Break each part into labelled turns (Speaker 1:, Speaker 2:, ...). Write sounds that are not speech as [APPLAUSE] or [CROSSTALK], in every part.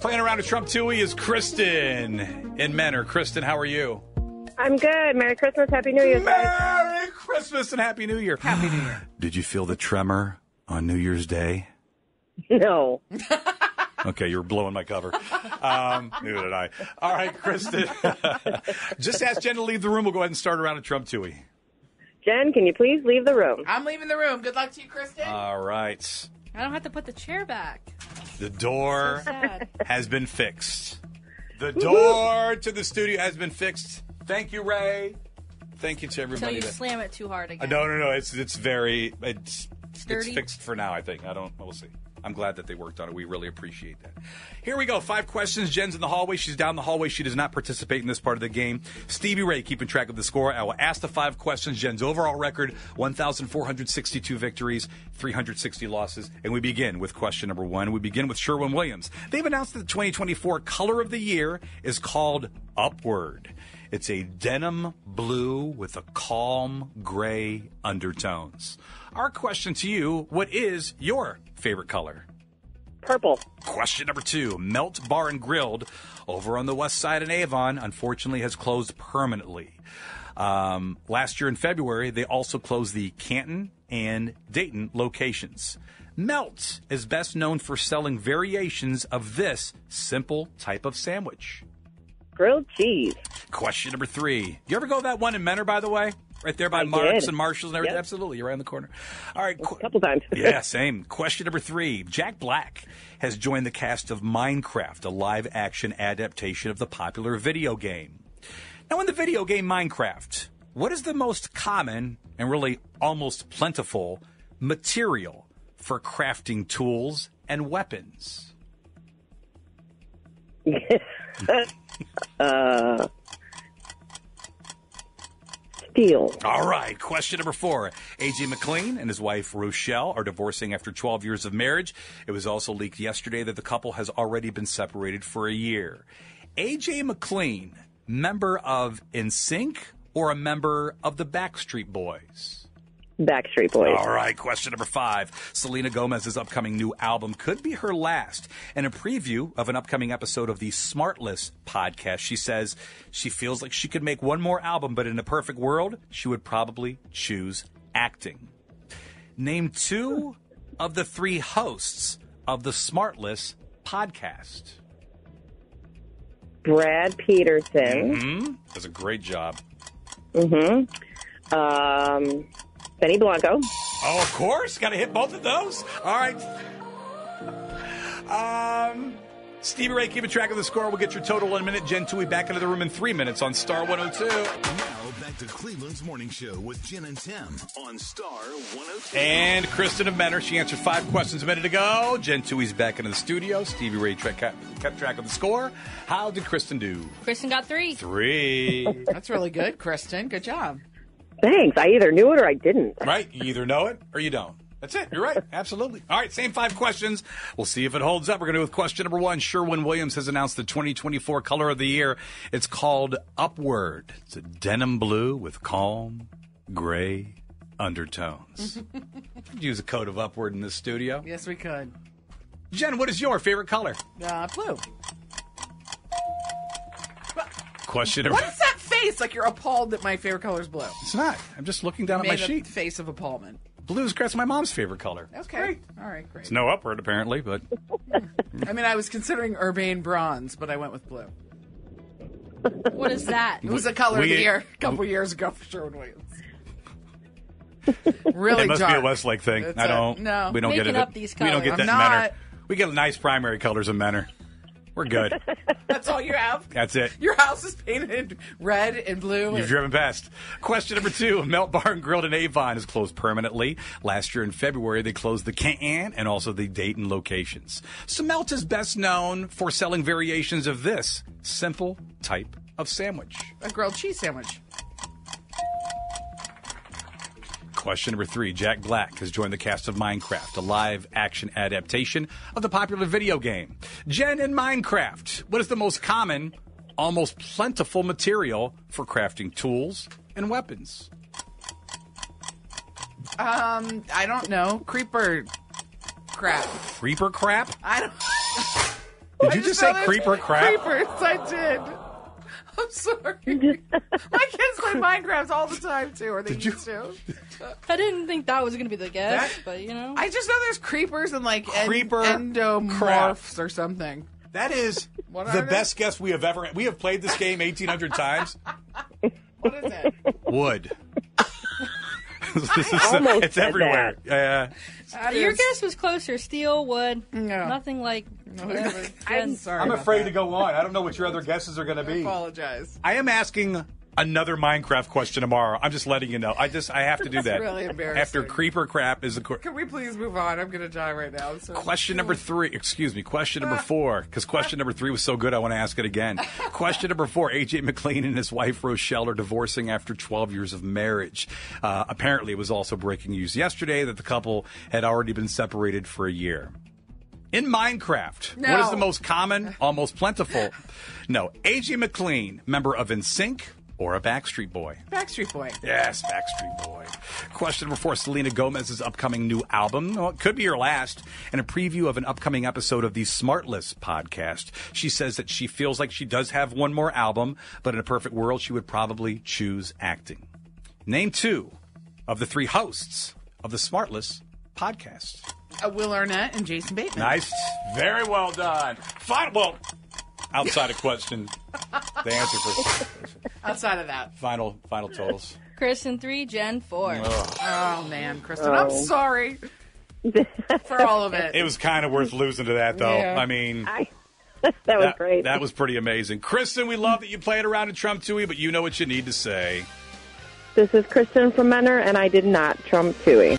Speaker 1: Playing around with Trump Tui is Kristen in Menor. Kristen, how are you?
Speaker 2: I'm good. Merry Christmas. Happy New Year. guys.
Speaker 1: Merry Christmas and Happy New Year. Happy New Year. Did you feel the tremor on New Year's [LAUGHS] Day?
Speaker 2: [LAUGHS] No.
Speaker 1: Okay, you're blowing my cover. Um, neither did I. All right, Kristen. [LAUGHS] Just ask Jen to leave the room. We'll go ahead and start around with Trump Tui.
Speaker 2: Jen, can you please leave the room?
Speaker 3: I'm leaving the room. Good luck to you, Kristen.
Speaker 1: All right.
Speaker 4: I don't have to put the chair back.
Speaker 1: The door
Speaker 4: Sad.
Speaker 1: has been fixed. The door to the studio has been fixed. Thank you, Ray. Thank you to
Speaker 4: Until
Speaker 1: everybody.
Speaker 4: you
Speaker 1: that-
Speaker 4: slam it too hard
Speaker 1: Uh,
Speaker 4: again.
Speaker 1: no, no, no. It's it's very it's it's
Speaker 4: Sturdy?
Speaker 1: fixed for now. I think I don't. We'll see. I'm glad that they worked on it. We really appreciate that. Here we go. Five questions. Jen's in the hallway. She's down the hallway. She does not participate in this part of the game. Stevie Ray keeping track of the score. I will ask the five questions. Jen's overall record: 1,462 victories, 360 losses. And we begin with question number one. We begin with Sherwin Williams. They've announced that the 2024 color of the year is called Upward. It's a denim blue with a calm gray undertones. Our question to you what is your favorite color?
Speaker 2: Purple.
Speaker 1: Question number two Melt Bar and Grilled over on the west side in Avon, unfortunately, has closed permanently. Um, last year in February, they also closed the Canton and Dayton locations. Melt is best known for selling variations of this simple type of sandwich.
Speaker 2: Grilled cheese.
Speaker 1: Question number three. You ever go to that one in Menor, by the way? Right there by
Speaker 2: I
Speaker 1: Marks
Speaker 2: did.
Speaker 1: and Marshalls and everything?
Speaker 2: Yep.
Speaker 1: Absolutely. You're right in the corner. All right.
Speaker 2: A
Speaker 1: qu-
Speaker 2: couple times.
Speaker 1: [LAUGHS] yeah, same. Question number three. Jack Black has joined the cast of Minecraft, a live action adaptation of the popular video game. Now, in the video game Minecraft, what is the most common and really almost plentiful material for crafting tools and weapons?
Speaker 2: Steel.
Speaker 1: All right, question number four. AJ McLean and his wife Rochelle are divorcing after 12 years of marriage. It was also leaked yesterday that the couple has already been separated for a year. AJ McLean, member of NSYNC or a member of the Backstreet Boys?
Speaker 2: Backstreet Boys.
Speaker 1: All right, question number five. Selena Gomez's upcoming new album could be her last. And a preview of an upcoming episode of the Smartless podcast, she says she feels like she could make one more album, but in a perfect world, she would probably choose acting. Name two of the three hosts of the Smartless podcast.
Speaker 2: Brad Peterson.
Speaker 1: Does Hmm? a great job.
Speaker 2: Um, Benny Blanco.
Speaker 1: Oh, of course. Got to hit both of those. All right. Um, Stevie Ray keeping track of the score. We'll get your total in a minute. Jen Tui back into the room in three minutes on Star 102.
Speaker 5: Now back to Cleveland's Morning Show with Jen and Tim on Star 102.
Speaker 1: And Kristen of Menor, she answered five questions a minute ago. Jen Tui's back into the studio. Stevie Ray tra- kept kept track of the score. How did Kristen do?
Speaker 4: Kristen got three.
Speaker 1: Three.
Speaker 3: That's really good, Kristen. Good job.
Speaker 2: Thanks. I either knew it or I didn't.
Speaker 1: Right? You either know it or you don't. That's it. You're right. Absolutely. All right. Same five questions. We'll see if it holds up. We're going to do with question number one. Sherwin Williams has announced the 2024 color of the year. It's called Upward. It's a denim blue with calm gray
Speaker 3: [LAUGHS]
Speaker 1: undertones. Could Use a coat of Upward in this studio.
Speaker 3: Yes, we could.
Speaker 1: Jen, what is your favorite color?
Speaker 3: Uh, blue.
Speaker 1: Question number.
Speaker 3: What is that face? Like you're appalled that my favorite color is blue.
Speaker 1: It's not. I'm just looking down at
Speaker 3: Made
Speaker 1: my
Speaker 3: a
Speaker 1: sheet.
Speaker 3: face of appallment.
Speaker 1: Blue is Chris, my mom's favorite color.
Speaker 3: Okay. All right, great.
Speaker 1: It's no upward apparently, but
Speaker 3: I mean, I was considering urbane bronze, but I went with blue.
Speaker 4: What is [LAUGHS] that?
Speaker 3: It was a color of
Speaker 1: We-
Speaker 3: the year a couple years ago for Sherwin Williams.
Speaker 1: [LAUGHS]
Speaker 3: really
Speaker 1: it must
Speaker 3: dark.
Speaker 1: be a Westlake thing.
Speaker 3: It's
Speaker 1: I
Speaker 3: a-
Speaker 1: don't.
Speaker 3: no.
Speaker 1: we don't get
Speaker 4: Making
Speaker 1: it.
Speaker 4: up these
Speaker 1: We don't get
Speaker 4: colors.
Speaker 1: that in
Speaker 3: I'm not-
Speaker 1: Menor. We get nice primary colors in Menor. We're
Speaker 4: [LAUGHS]
Speaker 1: good.
Speaker 3: That's all you have.
Speaker 1: That's it.
Speaker 3: Your house is painted red and blue.
Speaker 1: You've driven past. Question number two [LAUGHS] Melt Bar and Grill in Avon is closed permanently. Last year in February, they closed the can and also the Dayton locations. So Melt is best known for selling variations of this simple type of sandwich.
Speaker 3: a grilled cheese sandwich.
Speaker 1: Question number three Jack Black has joined the cast of Minecraft, a live action adaptation of the popular video game. Jen in Minecraft, what is the most common, almost plentiful material for crafting tools and weapons?
Speaker 3: Um, I don't know. Creeper crap.
Speaker 1: Creeper crap?
Speaker 3: I don't.
Speaker 1: Did
Speaker 3: I
Speaker 1: you just say
Speaker 3: spelled it
Speaker 1: creeper crap?
Speaker 3: Creepers, I did. I'm sorry. [LAUGHS] My kids play Minecraft all the time too, or they used to.
Speaker 4: I didn't think that was gonna be the guess, but you know.
Speaker 3: I just know there's creepers and like en-
Speaker 1: Creeper
Speaker 3: endomorphs or something.
Speaker 1: That is
Speaker 3: What
Speaker 1: the
Speaker 3: are they?
Speaker 1: best guess we have ever. We have played this game 1,800 times.
Speaker 3: What is it?
Speaker 1: Wood. [LAUGHS] this is,
Speaker 2: almost
Speaker 1: it's
Speaker 2: said
Speaker 1: everywhere. Yeah.
Speaker 4: Your guess was closer. Steel, wood,
Speaker 3: No.
Speaker 4: nothing like.
Speaker 3: Whatever. I'm
Speaker 4: Jen.
Speaker 3: sorry.
Speaker 1: I'm
Speaker 3: about
Speaker 1: afraid
Speaker 3: that.
Speaker 1: to go on. I don't know what your other guesses are going to
Speaker 3: I
Speaker 1: be.
Speaker 3: apologize.
Speaker 1: I am asking another Minecraft question tomorrow. I'm just letting you know. I just I have to do that.
Speaker 3: really embarrassing.
Speaker 1: After creeper crap is the qu-
Speaker 3: Can we please move on? I'm gonna die right now. I'm sorry.
Speaker 1: question number three. Ah. Excuse me, question number four. Because question number three was so good, I want to ask it [LAUGHS] again. Question number four: AJ McLean and his wife Rochelle are divorcing after 12 years of marriage. Uh, apparently, it was also breaking news yesterday that the couple had already been separated for a year. In Minecraft, what is
Speaker 3: No.
Speaker 1: the most common, almost [LAUGHS] plentiful? No, AJ McLean, member of NSYNC or a Backstreet Boy.
Speaker 3: Backstreet Boy.
Speaker 1: Yes, Backstreet Boy. Question number four Selena Gomez's upcoming new album. Well, it could be her last. In a preview of an upcoming episode of the Smartless podcast, she says that she feels like she does have one more album, but in a perfect world, she would probably choose acting. Name two of the three hosts of the Smartless podcast.
Speaker 3: Uh, Will Arnett and Jason Bateman.
Speaker 1: Nice. Very well done. Fine. Well, outside of question, the answer for
Speaker 3: Outside of that.
Speaker 1: final final totals.
Speaker 4: Kristen three, Jen four.
Speaker 3: Oh man, Kristen, I'm sorry for all of it.
Speaker 1: It was kind of worth losing to that, though.
Speaker 3: Yeah.
Speaker 1: I mean,
Speaker 2: I, [LAUGHS] that was
Speaker 1: that,
Speaker 2: great.
Speaker 1: that was pretty amazing. Kristen, we love that you played around in Trump Tui, but you know what you need to say.
Speaker 2: this is Kristen from Menor, and I did not trump Tui.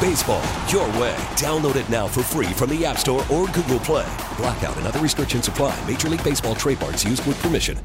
Speaker 6: Baseball, your way. Download it now for free from the App Store or Google Play. Blackout and other restrictions apply. Major League Baseball trademarks used with permission.